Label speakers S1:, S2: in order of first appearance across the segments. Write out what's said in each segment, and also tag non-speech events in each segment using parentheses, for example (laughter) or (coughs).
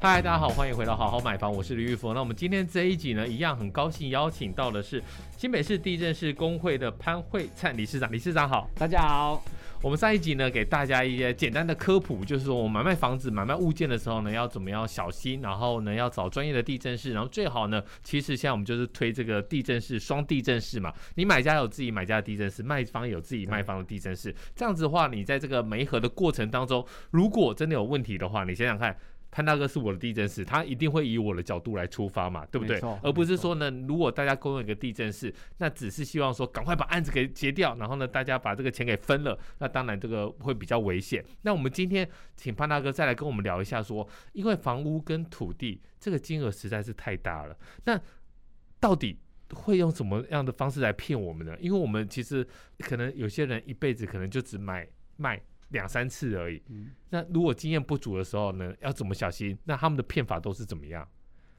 S1: 嗨，大家好，欢迎回到好好买房，我是李玉峰。那我们今天这一集呢，一样很高兴邀请到的是新北市地震市工会的潘惠灿理事长，理事长好。
S2: 大家好，
S1: 我们上一集呢，给大家一些简单的科普，就是说我们买卖房子、买卖物件的时候呢，要怎么样小心，然后呢要找专业的地震师，然后最好呢，其实现在我们就是推这个地震师双地震师嘛，你买家有自己买家的地震师，卖方有自己卖方的地震师，这样子的话，你在这个媒合的过程当中，如果真的有问题的话，你想想看。潘大哥是我的地震师，他一定会以我的角度来出发嘛，对不对
S2: 没错？
S1: 而不是
S2: 没错
S1: 说呢，如果大家共用一个地震室，那只是希望说赶快把案子给结掉，然后呢，大家把这个钱给分了，那当然这个会比较危险。那我们今天请潘大哥再来跟我们聊一下说，因为房屋跟土地这个金额实在是太大了，那到底？会用什么样的方式来骗我们呢？因为我们其实可能有些人一辈子可能就只买卖两三次而已，
S2: 嗯，
S1: 那如果经验不足的时候呢，要怎么小心？那他们的骗法都是怎么样？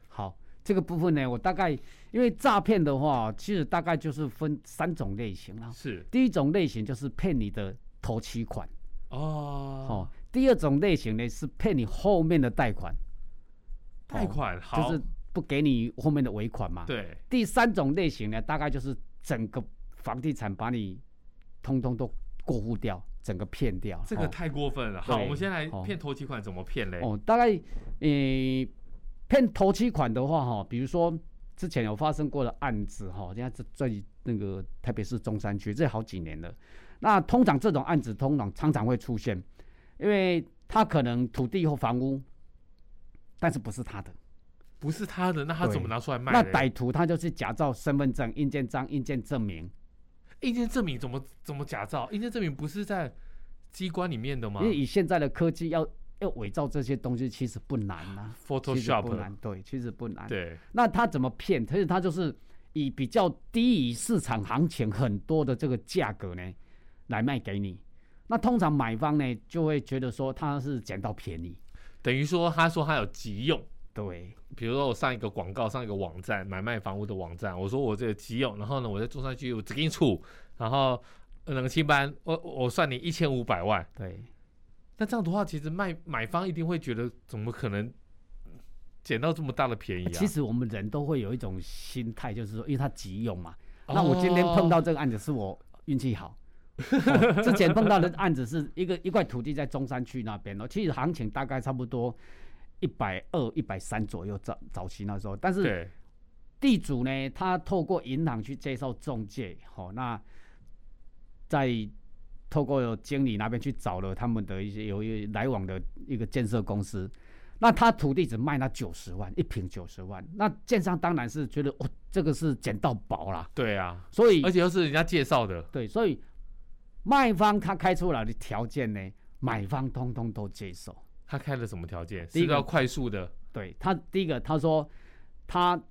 S2: 好，这个部分呢，我大概因为诈骗的话，其实大概就是分三种类型啦。
S1: 是
S2: 第一种类型就是骗你的头期款，
S1: 哦
S2: 哦，，第二种类型呢是骗你后面的贷款，
S1: 贷款好，
S2: 哦就是不给你后面的尾款嘛。。
S1: 对
S2: 第三种类型呢，大概就是整个房地产把你通通都过户掉，整个骗掉。
S1: 这个
S2: 哦
S1: 太过分了。好，
S2: 对
S1: 我们先来
S2: 哦
S1: 骗头期款怎么骗嘞？
S2: 哦，大概诶，骗头期款的话哈、比如说之前有发生过的案子哈、人家在在那个台北市中山区，这好几年了。那通常这种案子通常常常会出现，因为他可能土地或房屋，但是不是他的，
S1: 不是他的，那他
S2: 对
S1: 怎么拿出来卖
S2: 那
S1: 嘞？
S2: 歹徒他就是假造身份证、印鉴章、印鉴证明，
S1: 印鉴证明怎么怎么假造？印鉴证明不是在机关里面的吗
S2: 因为以现在的科技要要伪造这些东西其实不难呐、其实不
S1: ？Photoshop
S2: 难，对，其实不难。
S1: 对
S2: 那他怎么骗？可是他就是以比较低于市场行情很多的这个价格呢，来卖给你。那通常买方呢就会觉得说他是捡到便宜，
S1: 等于说他说他有急用。
S2: 对，
S1: 比如说我上一个广告，上一个网站买卖房屋的网站，我说我这个急用，然后呢，我在中山区我只给你出，然后呃冷清班，我我算你一千五百万，
S2: 对，
S1: 那这样的话，其实卖买方一定会觉得怎么可能捡到这么大的便宜啊？
S2: 其实我们人都会有一种心态，就是说，因为他急用嘛。
S1: 哦
S2: 那我今天碰到这个案子是我运气好。哦之前碰到的案子是一个一块土地在中山区那边哦，其实行情大概差不多一百二、一百三左右早早期那时候，但是
S1: 对
S2: 地主呢，他透过银行去介绍中介，好、那再透过经理那边去找了他们的一些有一来往的一个建设公司，那他土地只卖他九十万，一平九十万，那建商当然是觉得哦，这个是捡到宝啦，
S1: 对啊，
S2: 所以
S1: 而且又是人家介绍的，
S2: 对，所以卖方他开出来的条件呢，买方通通都接受。
S1: 他开了什么条件？
S2: 第
S1: 是
S2: 一
S1: 不是
S2: 个
S1: 要快速的
S2: 对他第一个，他说他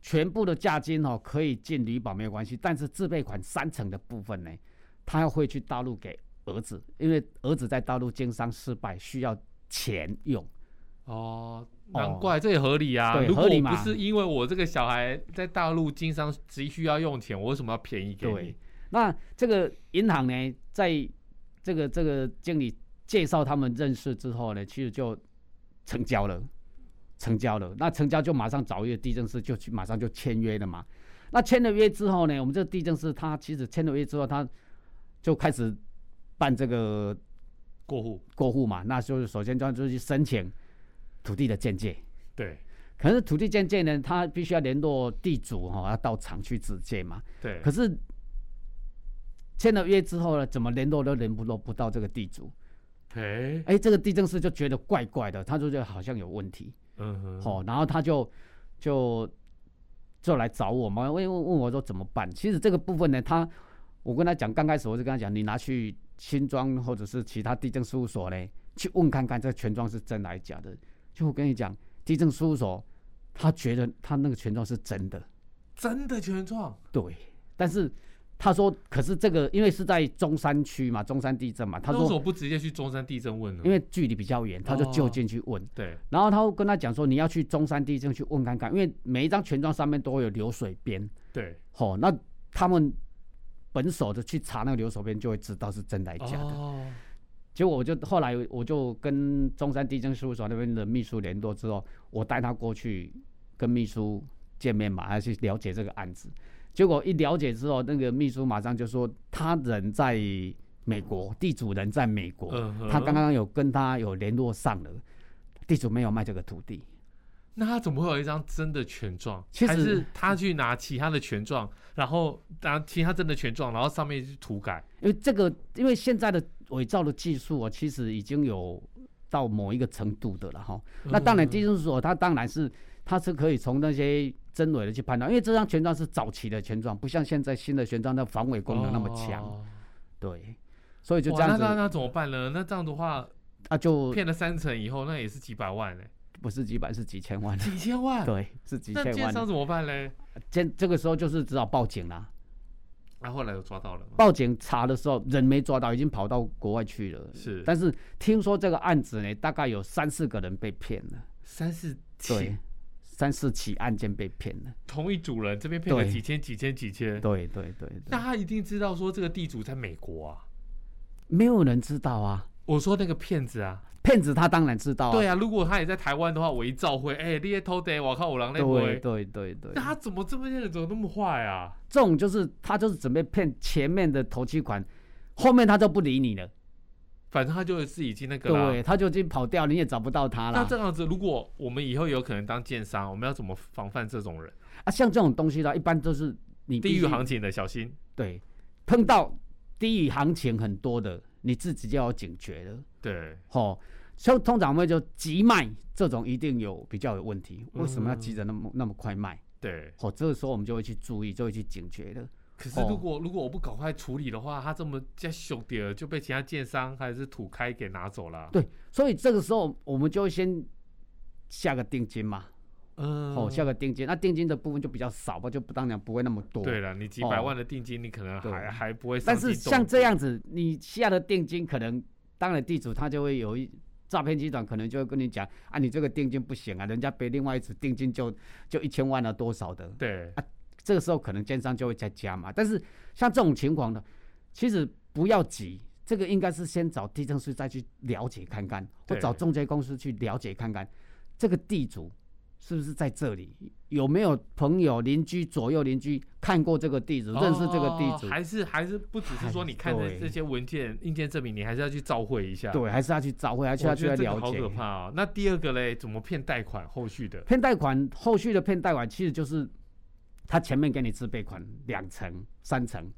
S2: 全部的价金哦可以进旅保没有关系，但是自备款三成的部分呢，他要汇去大陆给儿子，因为儿子在大陆经商失败，需要钱用。
S1: 哦。
S2: 哦
S1: 难怪这也合理啊！
S2: 对
S1: 如果
S2: 合理
S1: 我不
S2: 嘛
S1: 是因为我这个小孩在大陆经商急需要用钱，我为什么要便宜给
S2: 对
S1: 你？，
S2: 那这个银行呢，在这个这个经理介绍他们认识之后呢，其实就成交了，成交了。那成交就马上找一个地震师，就去马上就签约了嘛。那签了约之后呢，我们这个地震师他其实签了约之后，他就开始办这个
S1: 过户
S2: 过户嘛。那就是首先就就去申请土地的鉴界，
S1: 对
S2: 可是土地鉴界呢，他必须要联络地主哈、哦，要到厂去指界嘛。
S1: 对，
S2: 可是签了约之后呢，怎么联络都联不络不到这个地主。
S1: 哎，
S2: 哎，这个地震师就觉得怪怪的，他就觉得好像有问题，
S1: 嗯哼，
S2: 哦，然后他就就就来找我嘛，问问问我说怎么办？其实这个部分呢，他我跟他讲，刚开始我就跟他讲，你拿去新庄或者是其他地震事务所呢，去问看看这权状是真还是假的。就我跟你讲，地震事务所他觉得他那个权状是真的，
S1: 真的全撞，
S2: 对，但是。他说：“可是这个因为是在中山区嘛，中山地震嘛。”他
S1: 那为什么
S2: 说
S1: 不直接去中山地震问呢？：“
S2: 因为距离比较远，他就就近去问。
S1: 对，
S2: 然后他会跟他讲说，你要去中山地震去问看看，因为每一张权状上面都会有流水边，
S1: 对，
S2: 吼、那他们本手的去查那个流水边，就会知道是真的还是假的。
S1: 哦，
S2: 结果我就后来我就跟中山地震事务所那边的秘书联络之后，我带他过去跟秘书见面嘛，还去了解这个案子。结果一了解之后，那个秘书马上就说，他人在美国，地主人在美国，
S1: 嗯哼
S2: 他刚刚有跟他有联络上了，地主没有卖这个土地。
S1: 那他怎么会有一张真的权状？
S2: 其
S1: 还
S2: 实嗯
S1: 是他去拿其他的权状，然后拿其他真的权状，然后上面去涂改？
S2: 因为这个，因为现在的伪造的技术啊，其实已经有到某一个程度的了哈。
S1: 嗯
S2: 那当然，地震所它当然是它是可以从那些真伪的去判断，因为这张权状是早期的权状，不像现在新的权状的防伪功能那么强。
S1: 哦
S2: 对，所以就
S1: 哇
S2: 这样
S1: 那那
S2: 子
S1: 那怎么办呢？那这样的话，
S2: 啊，就
S1: 骗了三成以后，那也是几百万哎、
S2: 不是几百，是 (laughs) 几
S1: (laughs)
S2: 千万。
S1: 几千万。
S2: 对，是几
S1: 那
S2: 千
S1: 奸
S2: 万
S1: 商
S2: 的。
S1: 怎么办嘞？
S2: 这这个时候就是只好报警啦。
S1: 那、啊后来有抓到了吗？
S2: 报警查的时候，人没抓到，已经跑到国外去了。
S1: 是
S2: 但是听说这个案子呢，大概有三四个人被骗了。
S1: 三四起
S2: 对，三四起案件被骗了。
S1: 同一组人这边骗了
S2: 对
S1: 几千、几千、几千，
S2: 对对对
S1: 那
S2: 对，
S1: 他一定知道说这个地主在美国啊。
S2: 没有人知道啊，
S1: 我说那个骗子啊，
S2: 骗子他当然知道啊。
S1: 对啊，如果他也在台湾的话，伪造会，哎、你也偷的，我靠，我狼那
S2: 对
S1: 回。
S2: 对对对
S1: 那，他怎么这么人怎么那么坏啊？
S2: 这种就是他就是准备骗前面的头期款，后面他就不理你了，
S1: 反正他就是已经那个
S2: 对，
S1: 啦。
S2: 他就已经跑掉，你也找不到他
S1: 那
S2: 了
S1: 这。样子，如果我们以后有可能当奸商，我们要怎么防范这种人？
S2: 啊，像这种东西啦，一般都是你必
S1: 地
S2: 须
S1: 狱行情的小
S2: 嗯
S1: 心。
S2: 对，碰到低于行情很多的，你自己就要警觉了。
S1: 对，
S2: 哦，像通常我们就急卖这种一定有比较有问题，为什么要
S1: 嗯
S2: 急着那么那么快卖？
S1: 对。
S2: 哦，这个时候我们就会去注意，就会去警觉的。
S1: 可是
S2: 哦
S1: 如果、如果我不赶快处理的话，他这么加凶点就被其他奸商还是土开给拿走了。
S2: 对，所以这个时候我们就会先下个定金嘛，
S1: 嗯
S2: 哦，下个定金，那定金的部分就比较少吧，就不当然不会那么多。
S1: 对了，你几百
S2: 哦
S1: 万的定金，你可能
S2: 对
S1: 还还不会上
S2: 但
S1: 进动
S2: 是
S1: 武。
S2: 像这样子，你下了定金，可能当然地主他就会有一诈骗集团可能就会跟你讲啊，你这个定金不行啊，人家别另外一次定金就就一千万啊多少的，
S1: 对，
S2: 这个时候可能奸商就会再加嘛。但是像这种情况呢，其实不要急，这个应该是先找地震师再去了解看看，或
S1: 对
S2: 找中介公司去了解看看，这个地主是不是在这里，有没有朋友、邻居、左右邻居看过这个地主，认识这个地
S1: 哦
S2: 主。
S1: 还是还是不只是说
S2: 还
S1: 你看的
S2: 对
S1: 这些文件、硬件证明，你还是要去照会一下。
S2: 对，还是要去找回来，还
S1: 啊
S2: 是
S1: 我
S2: 要
S1: 觉
S2: 去
S1: 得这
S2: 了
S1: 个好
S2: 解
S1: 可。怕哦。那第二个嘞，怎么骗贷款？后续的
S2: 骗贷款后续的骗贷款其实就是他前面给你自备款两成、三成，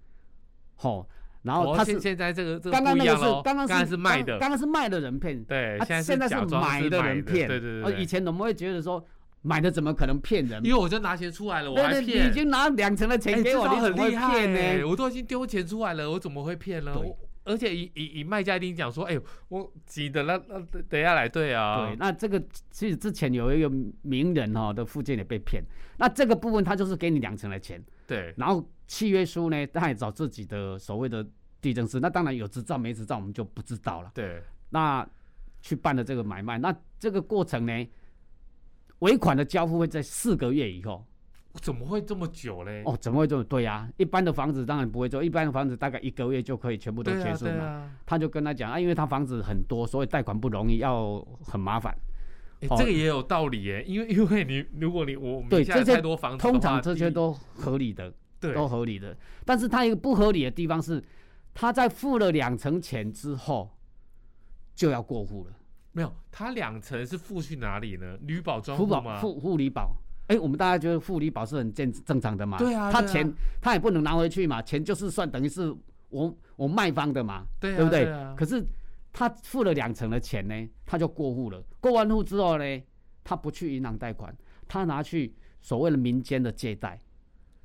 S2: 吼，然后
S1: 哦
S2: 他
S1: 现
S2: 是
S1: 现在这个这
S2: 刚刚
S1: 不
S2: 那
S1: 一
S2: 个
S1: 样
S2: 是
S1: 喽，
S2: 刚刚
S1: 才
S2: 是
S1: 是卖的，
S2: 刚刚是卖的人骗，
S1: 对，
S2: 啊
S1: 在
S2: 现在
S1: 假
S2: 是
S1: 装
S2: 买
S1: 的
S2: 的人骗，
S1: 对对
S2: 而
S1: 对对
S2: 以前我们会觉得说买的怎么可能骗人
S1: 因？为我就拿钱出来了，我还
S2: 对对，
S1: 骗，
S2: 你已经拿两成的
S1: 哎
S2: 钱给
S1: 这
S2: 我，
S1: 招
S2: 你怎
S1: 很
S2: 么会
S1: 厉害
S2: 骗
S1: 欸
S2: 呢？
S1: 我都已经丢钱出来了，我怎么会骗呢？
S2: 对
S1: 我而且以以以卖家一定讲说，哎、我急的那那等一下来对啊，
S2: 对，那这个其实之前有一个名人哈、的附件也被骗，那这个部分他就是给你两成的钱，
S1: 对
S2: 然后契约书呢，他也找自己的所谓的地震师，那当然有执照没执照我们就不知道了。
S1: 对
S2: 那去办了这个买卖，那这个过程呢，尾款的交付会在四个月以后。
S1: 怎么会这么久嘞？
S2: 哦，怎么会这么？对呀、一般的房子当然不会做，一般的房子大概一个月就可以全部都
S1: 对
S2: 结
S1: 啊
S2: 束
S1: 对
S2: 嘛。
S1: 啊，
S2: 他就跟他讲啊，因为他房子很多，所以贷款不容易，要很麻烦。
S1: 哎、
S2: 哦
S1: 这个也有道理耶，因为因为你如果你我名
S2: 对
S1: 下有
S2: 这些
S1: 太多房子的话，
S2: 通常这
S1: 第
S2: 些都合理的，
S1: 对
S2: 都合理的。但是他一个不合理的地方是，他在付了两成钱之后就要过户了。
S1: 没有，它两层是付去哪里呢？旅保专户
S2: 付保
S1: 吗？
S2: 付护理保。哎、我们大家觉得护理保是很正正常的嘛？
S1: 对啊
S2: 他
S1: 对啊
S2: 钱、他也不能拿回去嘛，钱就是算等于是我我卖方的嘛，
S1: 对啊
S2: 不对？
S1: 对啊
S2: 可是他付了两成的钱呢，他就过户了。过完户之后呢，他不去银行贷款，他拿去所谓的民间的借贷。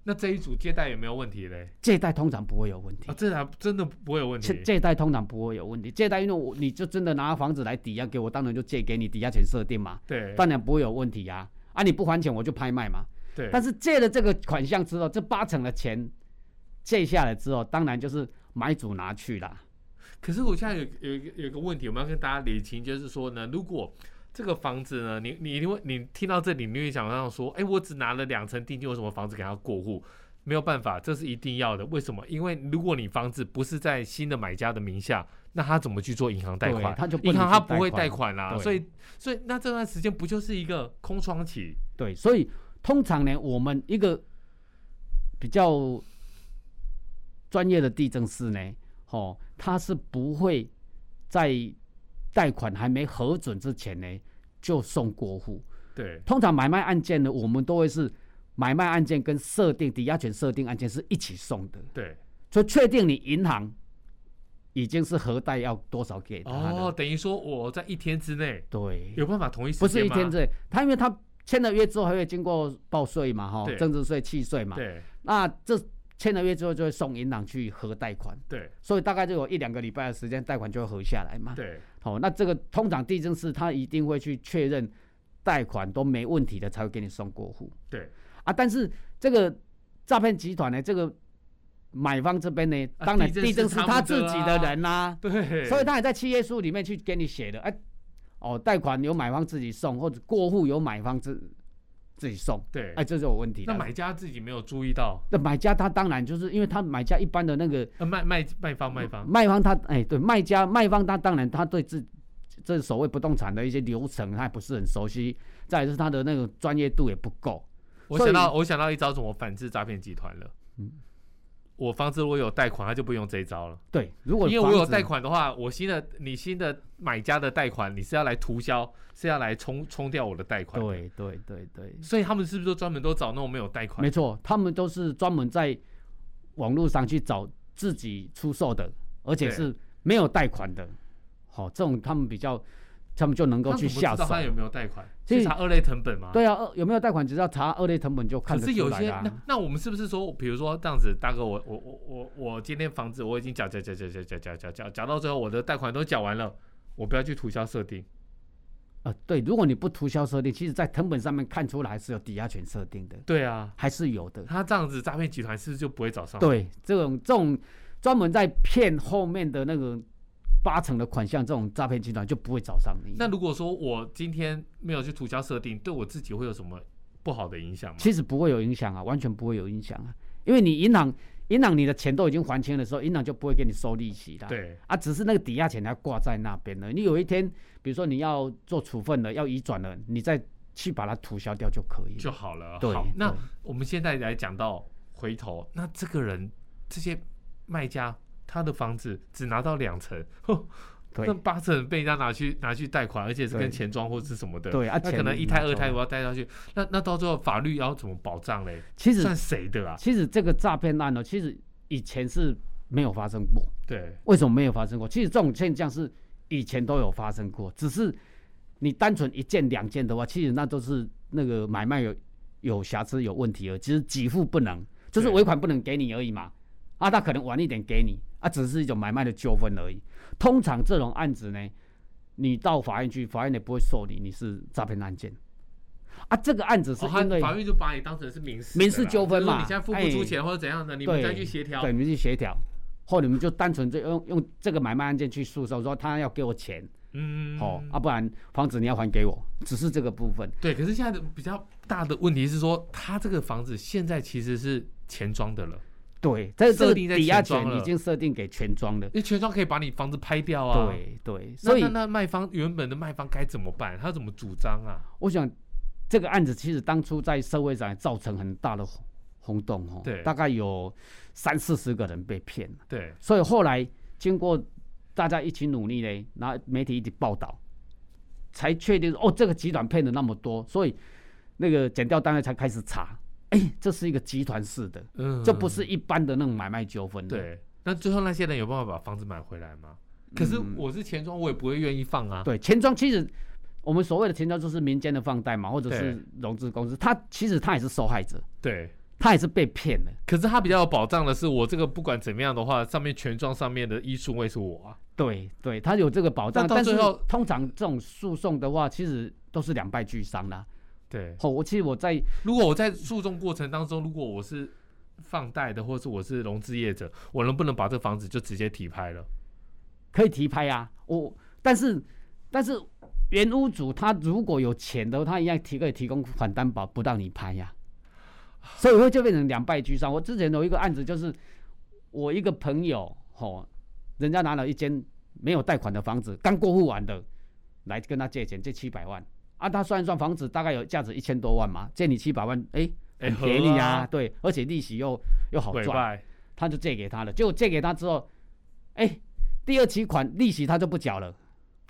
S1: 那这一组借贷有没有问题嘞？
S2: 借贷通常不会有问题
S1: 啊，。这还真的不会有问题
S2: 借。借贷通常不会有问题，借贷因为我你就真的拿房子来抵押给我，当然就借给你抵押权设定嘛，
S1: 对
S2: 当然不会有问题啊。啊，你不还钱我就拍卖嘛。
S1: 对，
S2: 但是借了这个款项之后，这八成的钱借下来之后，当然就是买主拿去啦。
S1: 可是我现在有有一个有一个问题，我们要跟大家理清，就是说呢，如果这个房子呢，你你一定会你听到这里，你会想到说，哎、我只拿了两成定金，为什么房子给他过户？没有办法，这是一定要的。为什么？因为如果你房子不是在新的买家的名下，那他怎么去做银行贷款
S2: 对？他就不能
S1: 银行他
S2: 去
S1: 不会
S2: 贷
S1: 贷款
S2: 款
S1: 啦、
S2: 对
S1: 所以所以那这段时间不就是一个空窗期？
S2: 对，所以通常呢，我们一个比较专业的地震师呢，哦，他是不会在贷款还没核准之前呢就送过户。
S1: 对
S2: 通常买卖案件呢，我们都会是买卖案件跟设定抵押权设定案件是一起送的，
S1: 对
S2: 就确定你银行已经是核贷要多少给他的。
S1: 哦，等于说我在一天之内
S2: 对，
S1: 有办法同一时
S2: 不
S1: 间
S2: 是一
S1: 吗
S2: 天之内，他因为他签了约之后还会经过报税嘛，哈，
S1: 对
S2: 增值税、契税嘛，
S1: 对
S2: 那这签了约之后就会送银行去核贷款，
S1: 对
S2: 所以大概就有一两个礼拜的时间，贷款就会核下来嘛。
S1: 对
S2: 好、那这个通常地震师他一定会去确认贷款都没问题的，才会给你送过户
S1: 对，
S2: 啊。但是这个诈骗集团呢，这个买方这边呢，
S1: 啊
S2: 当然
S1: 地震
S2: 地震
S1: 师
S2: 师
S1: 他
S2: 他
S1: 负责
S2: 自己
S1: 啊
S2: 的人啦、
S1: 对，
S2: 所以他也在契约书里面去给你写的，哎、哦，贷款由买方自己送，或者过户由买方自自己送，
S1: 对
S2: 哎、这就有问题了。
S1: 那买家自己没有注意到，
S2: 那买家他当然就是因为他买家一般的那个
S1: 呃，卖卖卖方卖方，
S2: 卖方他哎、对卖家卖方他当然他对自这所谓不动产的一些流程他也不是很熟悉，再来就是他的那个专业度也不够。
S1: 我
S2: 所以嗯
S1: 想到我想到一招怎么反制诈骗集团了。我房子如果有贷款，他就不用这一招了，
S2: 对，如果
S1: 因为我
S2: 房
S1: 有
S2: 子
S1: 贷，款的话，我新的你新的买家的贷款，你是要来涂销，是要来冲冲掉我的贷款。，
S2: 对对对对，
S1: 所以他们是不是都专门都找那种没有贷款
S2: 没？错，他们都是专门在网络上去找自己出售的，而且
S1: 对
S2: 是没有贷款的。好、这种他们比较，他们就能够
S1: 他
S2: 去
S1: 怎么知
S2: 下
S1: 道
S2: 手。
S1: 他有没有贷款？
S2: 所以
S1: 去查二类成本吗？。
S2: 对啊，二有没有贷款，只要查二类成本就看
S1: 可
S2: 得
S1: 是
S2: 出
S1: 有
S2: 来
S1: 些
S2: 啦、
S1: 那那我们是不是说，比如说这样子，大哥，我我我我我今天房子我已经缴缴缴缴缴缴缴缴缴缴到最后，我的贷款都缴完了，我不要去涂销设定。
S2: 呃，对，如果你不涂销设定，其实在成本上面看出来是有抵押权设定的，
S1: 对啊，
S2: 还是有的。
S1: 他这样子诈骗集团是不是就不会找上？，
S2: 对，这种这种专门在骗后面的那个八成的款项，这种诈骗集团就不会找上你。
S1: 那如果说我今天没有去涂销设定，对我自己会有什么不好的影响吗？
S2: 其实不会有影响啊，完全不会有影响啊，因为你银行银行你的钱都已经还清的时候，银行就不会给你收利息啦。，
S1: 对
S2: 啊，只是那个抵押钱它挂在那边了。你有一天，比如说你要做处分了，要移转了，你再去把它涂销掉就可以
S1: 就
S2: 了。
S1: 好了。
S2: 对
S1: 好，那
S2: 对
S1: 我们现在来讲到回头，那这个人这些卖家。他的房子只拿到两成，哼那
S2: 对
S1: 八成被人家拿去拿去贷款，而且是跟
S2: 对
S1: 钱庄或是什么的。
S2: 对啊，
S1: 那
S2: 钱
S1: 可能一胎二胎
S2: 拿走
S1: 我要
S2: 了
S1: 贷下去，那那到最后法律要怎么保障嘞？
S2: 其实
S1: 算谁的啊？
S2: 其实这个诈骗案呢，其实以前是没有发生过。
S1: 对
S2: 为什么没有发生过？其实这种现象是以前都有发生过，只是你单纯一件两件的话，其实那都是那个买卖有有瑕疵、有问题而已其实给付不能，就是
S1: 对
S2: 尾款不能给你而已嘛。啊，他可能晚一点给你，啊，只是一种买卖的纠纷而已。通常这种案子呢，你到法院去，法院也不会受理你是诈骗案件。啊，这个案子是
S1: 哦，他
S2: 因为、
S1: 法院就把你当成是民事
S2: 民
S1: 的
S2: 事
S1: 啦
S2: 纠纷
S1: 就是说
S2: 嘛
S1: 你现在付不出
S2: 哎
S1: 钱或者怎样的，你
S2: 对
S1: 们再去协调
S2: 对，。你们去协调，或你们就单纯就用用这个买卖案件去诉讼，说他要给我钱，
S1: 嗯，
S2: 哦，啊，不然房子你要还给我，只是这个部分。
S1: 对。可是现在的比较大的问题是说，他这个房子现在其实是钱庄的了，
S2: 对，这这
S1: 设
S2: 个
S1: 定在
S2: 抵押
S1: 全庄
S2: 权已
S1: 了
S2: 经设定给全庄了。
S1: 因为钱庄可以把你房子拍掉啊。。
S2: 对对，
S1: 那
S2: 所以
S1: 那那卖方原本的卖方该怎么办？他怎么主张啊？
S2: 我想这个案子其实当初在社会上也造成很大的轰轰动哦，
S1: 对
S2: 大概有三四十个人被骗了。
S1: 对
S2: 所以后来经过大家一起努力嘞，然后媒体一起报道，才确定哦，这个集团骗了那么多，所以那个检调单位才开始查， (coughs) 哎、这是一个集团式的，
S1: 嗯
S2: 这不是一般的那种买卖纠纷。，
S1: 对。那最后那些人有办法把房子买回来吗？可是我是钱庄，我也不会愿意放啊。
S2: 嗯对，钱庄其实我们所谓的钱庄就是民间的放贷嘛，或者
S1: 对
S2: 是融资公司，他其实他也是受害者，
S1: 对
S2: 他也是被骗了。
S1: 可是它比较有保障的是，我这个不管怎么样的话，上面权状上面的一顺位是我啊。
S2: 对对，他有这个保障，
S1: 但到
S2: 但
S1: 最
S2: 是
S1: 后
S2: 通常这种诉讼的话，其实都是两败俱伤啦。
S1: 对，
S2: 哦，我其实我在
S1: 如果我在诉讼过程当中，如果我是放贷的，或是我是融资业者，我能不能把这房子就直接提拍了？
S2: 可以提拍啊，我但是但是原屋主他如果有钱的话，他一样提可以提供反担保，不让你拍呀、所以会就变成两败俱伤。我之前有一个案子，就是我一个朋友哦，人家拿了一间没有贷款的房子，刚过户完的，来跟他借钱，借七百万啊，他算一算房子大概有价值一千多万嘛，借你七百万，哎、
S1: 哎
S2: 很便宜
S1: 合
S2: 啊，
S1: 啊
S2: 对，而且利息又又好
S1: 委
S2: 赚，
S1: 外
S2: 他就借给他了。结果借给他之后，哎、第二期款利息他就不缴了，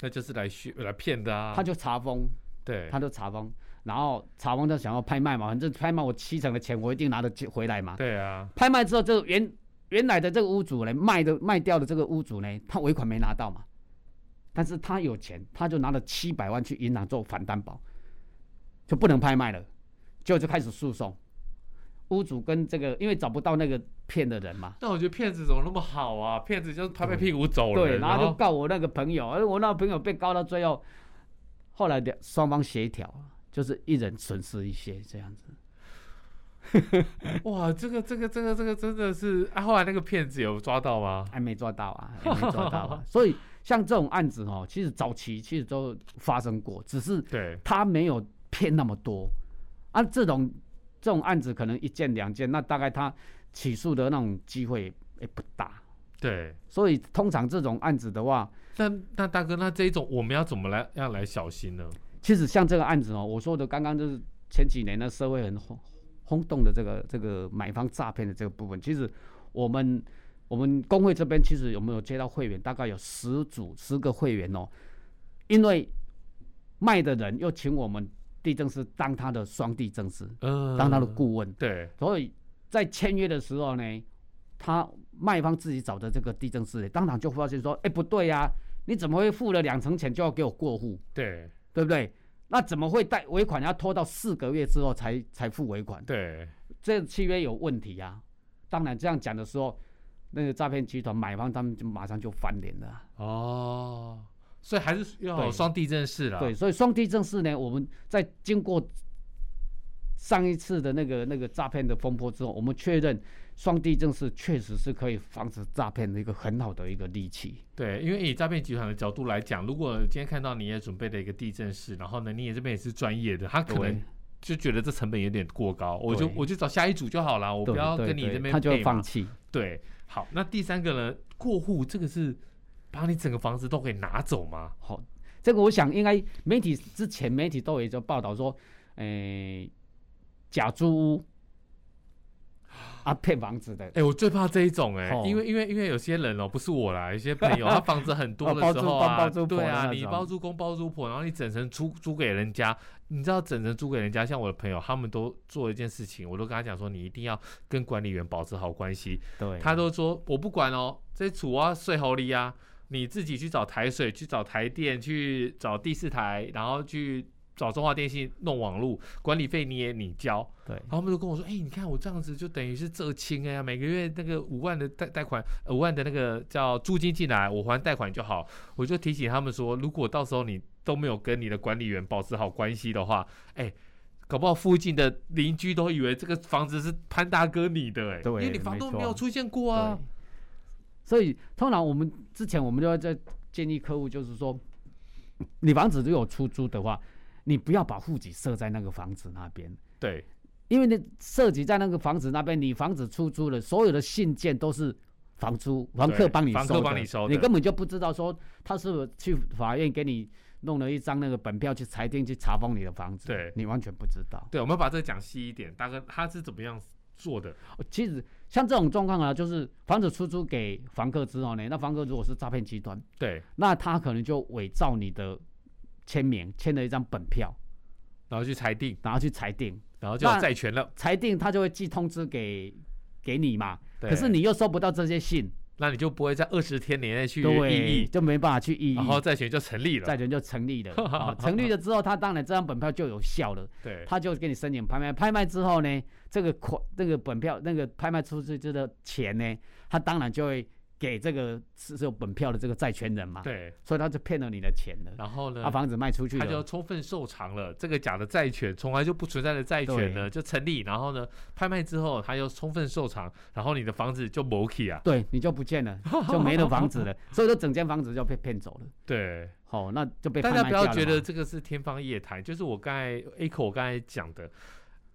S1: 那就是来虚来骗的啊。
S2: 他就查封，
S1: 对
S2: 他就查封，然后查封就想要拍卖嘛，反正拍卖我七成的钱我一定拿得起回来嘛。
S1: 对啊，
S2: 拍卖之后，这个原原来的这个屋主呢，卖的卖掉的这个屋主呢，他尾款没拿到嘛，但是他有钱，他就拿了七百万去银行做反担保，就不能拍卖了，结果就开始诉讼。屋主跟这个，因为找不到那个骗的人嘛，
S1: 那我觉得骗子怎么那么好啊？骗子就是拍拍屁股走了，
S2: 对，然
S1: 然
S2: 后就告我那个朋友，而我那个朋友被告到最后，后来两双方协调，就是一人损失一些这样子。
S1: 哇，这个这个这个这个真的是啊！后来那个骗子有抓到吗？
S2: 还没抓到啊，还没抓到啊。所以像这种案子哦，其实早期其实都发生过，只是
S1: 对，
S2: 他没有骗那么多啊。这种这种案子可能一件两件，那大概他起诉的那种机会也不大。
S1: 对。
S2: 所以通常这种案子的话，
S1: 那那大哥，那这一种我们要怎么来要来小心呢？
S2: 其实像这个案子哦，我说的刚刚就是前几年的社会很轰轰动的这个这个买方诈骗的这个部分，其实我们我们工会这边其实有没有接到会员，大概有十组十个会员哦，因为卖的人又请我们地政师当他的双地政师，
S1: 嗯，
S2: 当他的顾问，
S1: 对
S2: 所以在签约的时候呢，他卖方自己找的这个地政师，当场就发现说，哎不对呀、你怎么会付了两成钱就要给我过户？
S1: 对
S2: 对不对？那怎么会贷尾款要拖到四个月之后才才付尾款？
S1: 对，
S2: 这契约有问题啊！当然这样讲的时候，那个诈骗集团买方他们就马上就翻脸了啊。
S1: 哦，所以还是要
S2: 对
S1: 有双地震式啦。
S2: 对，，所以双地正式呢，我们在经过上一次的那个那个诈骗的风波之后，我们确认双地正式确实是可以防止诈骗的一个很好的一个利器。
S1: 对，因为以诈骗集团的角度来讲，如果今天看到你也准备了一个地震式，然后呢，你也这边也是专业的，他可
S2: 对
S1: 能。就觉得这成本有点过高，我就
S2: 对
S1: 我就找下一组就好啦，我
S2: 对
S1: 不要
S2: 对
S1: 跟你
S2: 对
S1: 这边
S2: 他就
S1: 配
S2: 会
S1: 嘛
S2: 放弃。
S1: 对，好，那第三个呢？过户这个是把你整个房子都给拿走吗？
S2: 好，这个我想应该媒体之前媒体都有就报道说，诶、假租屋啊骗房子的，
S1: 哎、我最怕这一种哎、
S2: 哦
S1: 因为因为因为有些人哦、不是我啦，有些朋友他房子很多
S2: 哦
S1: 的
S2: 包
S1: 时
S2: 租
S1: 候
S2: 公
S1: 啊，
S2: 包租婆
S1: 对
S2: 的
S1: 啊，
S2: 那
S1: 你
S2: 种
S1: 包租公包租婆，然后你整层租租给人家，你知道整层租给人家，像我的朋友他们都做一件事情，我都跟他讲说，你一定要跟管理员保持好关系，
S2: 对，
S1: 他都说我不管哦，这楚啊、税侯里啊，你自己去找台水、去找台电、去找第四台，然后去找中华电信弄网路，管理费你也你交。
S2: 对
S1: 然后他们就跟我说，哎、你看我这样子就等于是浙清哎呀，每个月那个五万的贷贷款，呃五万的那个叫租金进来，我还贷款就好。我就提醒他们说，如果到时候你都没有跟你的管理员保持好关系的话，哎、搞不好附近的邻居都以为这个房子是潘大哥你的、哎，
S2: 对
S1: 因为你房东
S2: 没错
S1: 没有出现过啊
S2: 对。，所以通常我们之前我们就要在建议客户，就是说，你房子如果有出租的话，你不要把户籍设在那个房子那边。
S1: 对
S2: 因为你涉及在那个房子那边，你房子出租了，所有的信件都是房租房客帮你收的，
S1: 房客帮你收的
S2: 根本就不知道说他是不是去法院给你弄了一张那个本票去裁定去查封你的房子，
S1: 对
S2: 你完全不知道。
S1: 对，我们把这个讲细一点，大哥他是怎么样做的？
S2: 哦其实像这种状况啊，就是房子出租给房客之后呢，那房客如果是诈骗集团，
S1: 对，
S2: 那他可能就伪造你的签名，签了一张本票，
S1: 然后去裁定，
S2: 然后去裁定，
S1: 然后就有
S2: 那
S1: 债权了。
S2: 裁定他就会寄通知给给你嘛，
S1: 对
S2: 可是你又收不到这些信，
S1: 那你就不会在二十天以内去异
S2: 对，
S1: 议，
S2: 就没办法去异议，
S1: 然后债权就成立了。
S2: 债权就成立了。
S1: (laughs)
S2: 好成立了之后，他当然这张本票就有效了，
S1: 对，
S2: 他就给你申请拍卖。拍卖之后呢，这个款那个本票那个拍卖出去这个钱呢，他当然就会给这个持有本票的这个债权人嘛。，
S1: 对，
S2: 所以他就骗了你的钱了，
S1: 然后呢？
S2: 把房子卖出去
S1: 他就
S2: 了。
S1: 充分受偿了这个假的债权，从来就不存在的债权呢，就成立。然后呢，拍卖之后，他又充分受偿，然后你的房子就谋起啊。
S2: 对你就不见了，就没了房子
S1: (laughs)
S2: 了，所以说整间房子就被骗走了。
S1: 对，
S2: 好、那就被
S1: 大
S2: 拍
S1: 家
S2: 卖
S1: 不要
S2: 掉了
S1: 觉
S2: 嘛
S1: 得这个是天方夜谭，就是我刚才 A 口我刚才讲的，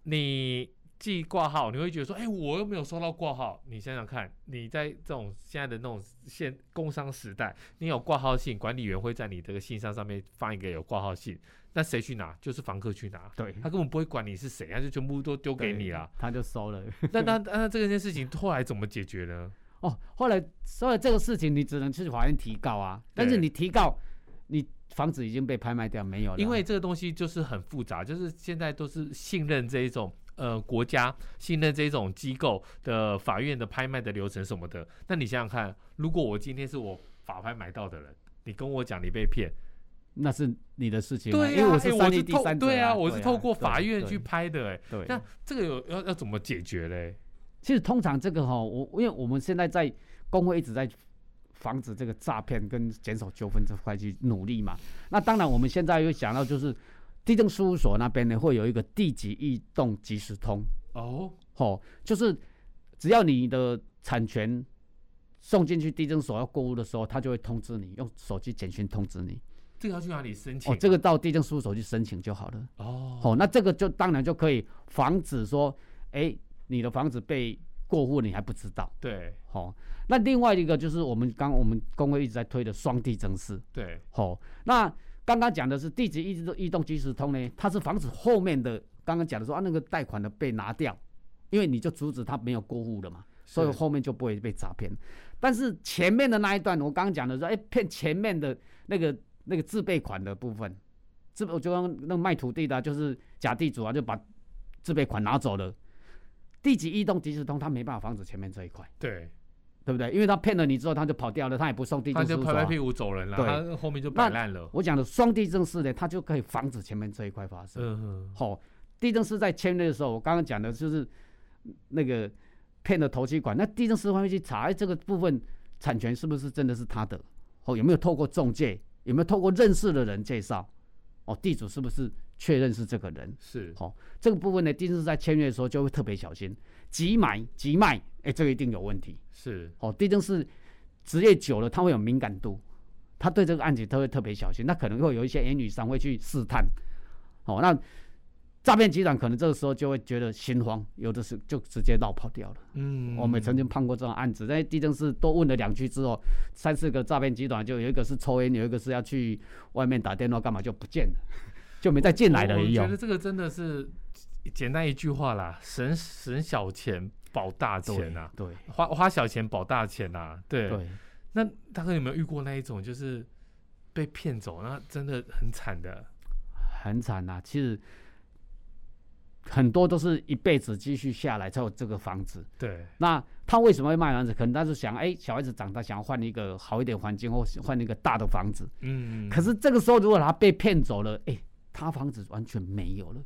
S1: 你寄挂号，你会觉得说，哎、我又没有收到挂号。你想想看，你在这种现在的那种现工商时代，你有挂号信，管理员会在你这个信箱上面放一个有挂号信，那谁去拿？就是房客去拿。
S2: 对，
S1: 他根本不会管你是谁，他就全部都丢给你啦。
S2: 对，他就收了。 (laughs)
S1: 那那那这件事情后来怎么解决呢？
S2: 哦，后来所以这个事情你只能去法院提告啊，但是
S1: 对
S2: 你提告，你房子已经被拍卖掉没有了，
S1: 因为这个东西就是很复杂，就是现在都是信任这一种呃国家，信任这一种机构的法院的拍卖的流程什么的。那你想想看，如果我今天是我法拍买到的人，你跟我讲你被骗，
S2: 那是你的事情啊、
S1: 对
S2: 因为
S1: 啊，
S2: 我
S1: 哎
S2: 是
S1: 我
S2: 三立
S1: 是
S2: 第
S1: 透
S2: 三者、
S1: 对啊，我是透过
S2: 对
S1: 法院去
S2: 对
S1: 拍的、哎，
S2: 对
S1: 那这个有要要怎么解决嘞？
S2: 其实通常这个哈、我因为我们现在在工会一直在防止这个诈骗跟减少纠纷这块去努力嘛。那当然，我们现在又想到就是地政事务所那边呢会有一个地籍异动即时通，
S1: 哦，
S2: 哦，就是只要你的产权送进去地政所要过户的时候，他就会通知你，用手机简讯通知你。
S1: 这个要去哪里申请？啊
S2: 哦，这个到地政事务所去申请就好了。
S1: 哦，
S2: 哦，那这个就当然就可以防止说，哎，你的房子被过户，你还不知道。
S1: 对
S2: 哦，那另外一个就是我们刚我们工会一直在推的双地政式。
S1: 对
S2: 哦，那刚刚讲的是地址移动移动即时通呢，它是防止后面的刚刚讲的说啊那个贷款的被拿掉，因为你就阻止他没有过户了嘛，所以
S1: 是
S2: 后面就不会被诈骗。但是前面的那一段，我刚刚讲的说，哎，骗前面的那个那个自备款的部分，自我就刚那个卖土地的啊、就是假地主啊，就把自备款拿走了。地籍移动即时通，他没办法防止前面这一块，
S1: 对，
S2: 对不对？因为他骗了你之后，他就跑掉了，他也不送地
S1: 他
S2: 政
S1: 就
S2: 事务所
S1: 拍
S2: 啊、
S1: 拍屁股走人了，
S2: 对
S1: 他后面就摆烂了。
S2: 我讲的双地政式呢，它就可以防止前面这一块发生。
S1: 嗯，
S2: 好、地政式在签约的时候，我刚刚讲的就是那个骗的头期款，那地政师会去查，哎，这个部分产权是不是真的是他的？哦，有没有透过中介？有没有透过认识的人介绍？哦，地主是不是确认是这个人？
S1: 是
S2: 好、这个部分呢，地政师在签约的时候就会特别小心，急买急卖，哎，这个一定有问题。
S1: 是，
S2: 哦，地震是职业久了，他会有敏感度，他对这个案子他会特别小心，那可能会有一些言语上会去试探。哦，那诈骗集团可能这个时候就会觉得心慌，有的是就直接绕跑掉了。
S1: 嗯，
S2: 我们也曾经判过这种案子，在地震室多问了两句之后，三四个诈骗集团就有一个是抽烟，有一个是要去外面打电话干嘛，就不见了，就没再进来了
S1: 我
S2: 一
S1: 觉
S2: 样
S1: 得。这个真的是简单一句话啦，省省小钱保大钱呐、
S2: 对
S1: 花花小钱保大钱呐、啊对，
S2: 对，
S1: 那大哥有没有遇过那一种就是被骗走，那真的很惨的？
S2: 很惨呐、啊其实很多都是一辈子积蓄下来才有这个房子。
S1: 对，
S2: 那他为什么会卖房子？可能他是想，哎、小孩子长大想要换一个好一点环境，或是换一个大的房子。
S1: 嗯，
S2: 可是这个时候，如果他被骗走了，哎、他房子完全没有了，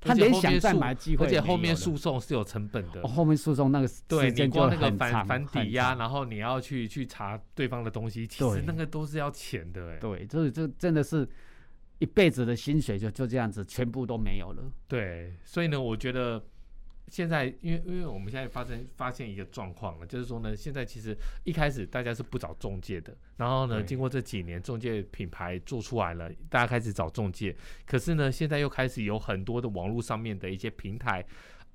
S2: 他连想再买的机会
S1: 而且后
S2: 没有
S1: 面
S2: 了
S1: 诉讼是有成本的。
S2: 哦后面诉讼那个
S1: 对
S2: 时
S1: 你
S2: 间就
S1: 光那个
S2: 很
S1: 反
S2: 长，
S1: 反抵押，
S2: 很长
S1: 然后你要去去查对方的东西，其实
S2: 对
S1: 那个都是要钱的、哎，
S2: 对，这这真的是一辈子的薪水就就这样子全部都没有了。
S1: 对，所以呢，我觉得现在，因为因为我们现在发生发现一个状况了，就是说呢，现在其实一开始大家是不找中介的，然后呢，
S2: 对
S1: 经过这几年中介品牌做出来了，大家开始找中介，可是呢，现在又开始有很多的网络上面的一些平台，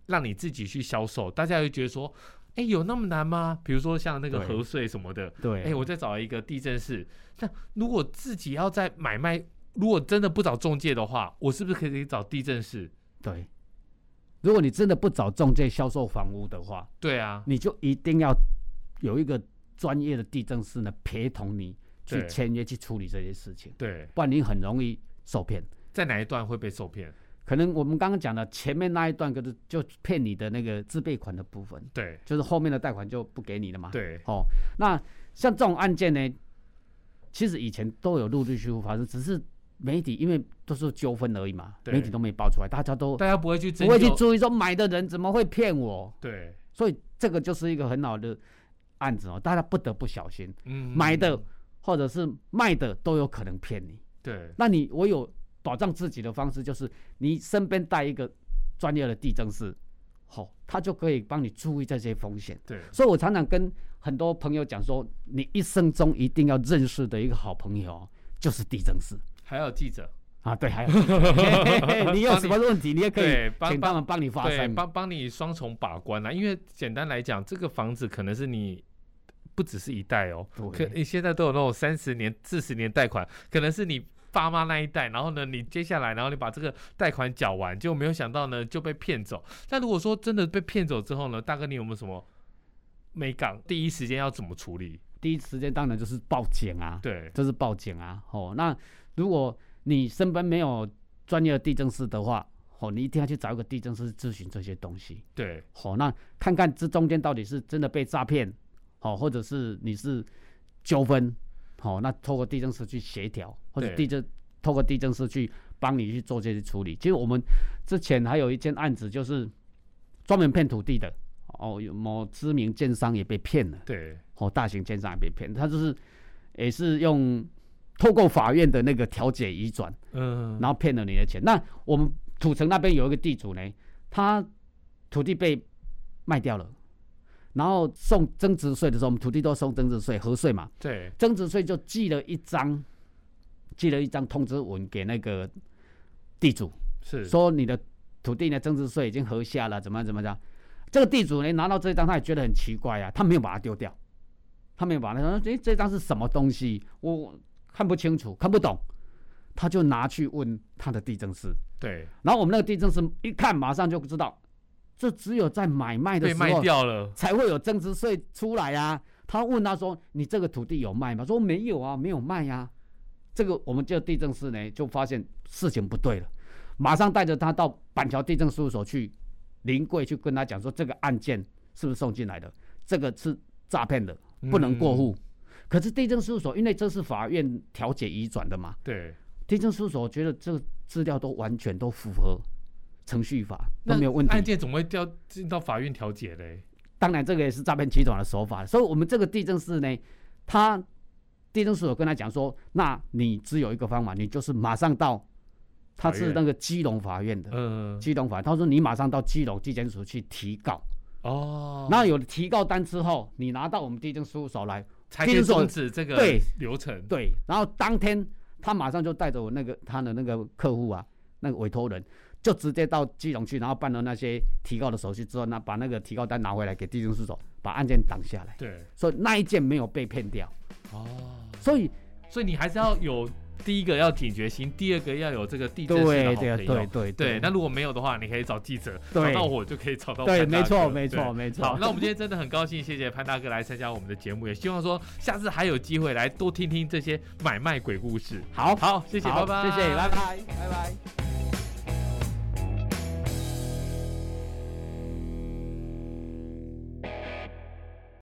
S1: 让你自己去销售，大家会觉得说。哎，有那么难吗？比如说像那个
S2: 对
S1: 核税什么的，
S2: 对，啊
S1: 哎，我再找一个地震室。那如果自己要在买卖，如果真的不找中介的话，我是不是可以找地震室？
S2: 对，如果你真的不找中介销售房屋的话，
S1: 对啊，
S2: 你就一定要有一个专业的地政师呢陪同你去
S1: 对
S2: 签约去处理这些事情，
S1: 对，
S2: 不然你很容易受骗。
S1: 在哪一段会被受骗？
S2: 可能我们刚刚讲的前面那一段，可是就骗你的那个自备款的部分，
S1: 对
S2: 就是后面的贷款就不给你了嘛。，
S1: 对，
S2: 哦，那像这种案件呢，其实以前都有陆陆续续发生，只是媒体因为都是纠纷而已嘛，
S1: 对
S2: 媒体都没爆出来，大家都
S1: 大家不会去
S2: 不
S1: 争
S2: 会去
S1: 究
S2: 注意说买的人怎么会骗我，
S1: 对，
S2: 所以这个就是一个很好的案子哦，大家不得不小心，
S1: 嗯，
S2: 买的或者是卖的都有可能骗你。
S1: 对
S2: 那你我有保障自己的方式，就是你身边带一个专业的地震师，好、他就可以帮你注意这些风险。
S1: 对
S2: 所以我常常跟很多朋友讲说，你一生中一定要认识的一个好朋友哦就是地震师
S1: 还有记者，
S2: 啊。对，还有嘿嘿嘿你有什 (laughs) 么问题，你也可
S1: 对
S2: 以
S1: 帮
S2: 请他们帮你发
S1: 对，
S2: 声。
S1: 帮帮你双重把关啦。因为简单来讲，这个房子可能是你不只是一代哦，可
S2: 对
S1: 你现在都有那种三十年、四十年贷款，可能是你爸妈那一代，然后呢，你接下来，然后你把这个贷款缴完，就没有想到呢就被骗走。那如果说真的被骗走之后呢，大哥你有没有什么美港第一时间要怎么处理？
S2: 第一时间当然就是报警啊。
S1: 对
S2: 这是报警啊。哦，那如果你身边没有专业的地震师的话，哦，你一定要去找一个地震师咨询这些东西。
S1: 对
S2: 哦，那看看这中间到底是真的被诈骗，哦，或者是你是纠纷，哦，那透过地震师去协调，或者
S1: 对
S2: 地震透过地震师去帮你去做这些处理。其实我们之前还有一件案子，就是专门骗土地的。哦，有某知名建商也被骗了。
S1: 对
S2: 哦，大型奸商也被骗，他就是也是用透过法院的那个调解移转，
S1: 嗯，
S2: 然后骗了你的钱。那我们土城那边有一个地主呢，他土地被卖掉了，然后送增值税的时候，我们土地都送增值税、核税嘛，
S1: 对
S2: 增值税就寄了一张，寄了一张通知文给那个地主，
S1: 是
S2: 说你的土地呢增值税已经核下了，怎么样怎么样？这个地主呢拿到这张，他也觉得很奇怪啊，他没有把它丢掉，他没有把它，他说：“诶，这张是什么东西？我看不清楚，看不懂。”他就拿去问他的地震师，
S1: 对
S2: 然后我们那个地震师一看，马上就知道，这只有在买卖的
S1: 被
S2: 时
S1: 卖
S2: 候
S1: 掉了，
S2: 才会有增值税出来啊。他问他说：“你这个土地有卖吗？”说没有啊，没有卖呀、啊。这个我们这个地震师呢，就发现事情不对了，马上带着他到板桥地震事务所去临柜去跟他讲说，这个案件是不是送进来的？这个是诈骗的，不能过户。可是地震事务所因为这是法院调解移转的嘛，
S1: 对
S2: 地震事务所觉得这个资料都完全都符合程序法，都没有问题。
S1: 案件怎么会调进到法院调解嘞？
S2: 当然，这个也是诈骗集团的手法。所以，我们这个地震师呢，他地震师有跟他讲说，那你只有一个方法，你就是马上到，他
S1: 法
S2: 是
S1: 院
S2: 那个基隆法院的
S1: 嗯
S2: 基隆法院，他说你马上到基隆地检署去提告。
S1: 哦，
S2: 那有了提告单之后，你拿到我们地震事务所来，
S1: 才可以
S2: 听说
S1: 终止这个
S2: 对
S1: 流程。
S2: 对，然后当天他马上就带着我那个他的那个客户啊，那个委托人。就直接到基隆去，然后办了那些提告的手续之后，那把那个提告单拿回来给地震事务所，把案件挡下来。
S1: 对
S2: 所以那一件没有被骗掉。
S1: 哦，
S2: 所以
S1: 所以你还是要有第一个要警觉心，第二个要有这个地震式的
S2: 对
S1: 好
S2: 对
S1: 朋
S2: 对
S1: 友。
S2: 对对
S1: 对，那如果没有的话，你可以找记者，找
S2: 对
S1: 到我就可以找到
S2: 对
S1: 潘大
S2: 没错
S1: 哥
S2: 没错
S1: 对
S2: 没错
S1: 好，那我们今天真的很高兴，谢谢潘大哥来参加我们的节目，也希望说下次还有机会来多听听这些买卖鬼故事。
S2: 好，
S1: 好，谢谢，
S2: 好
S1: 拜拜，
S2: 谢谢，拜拜，拜拜。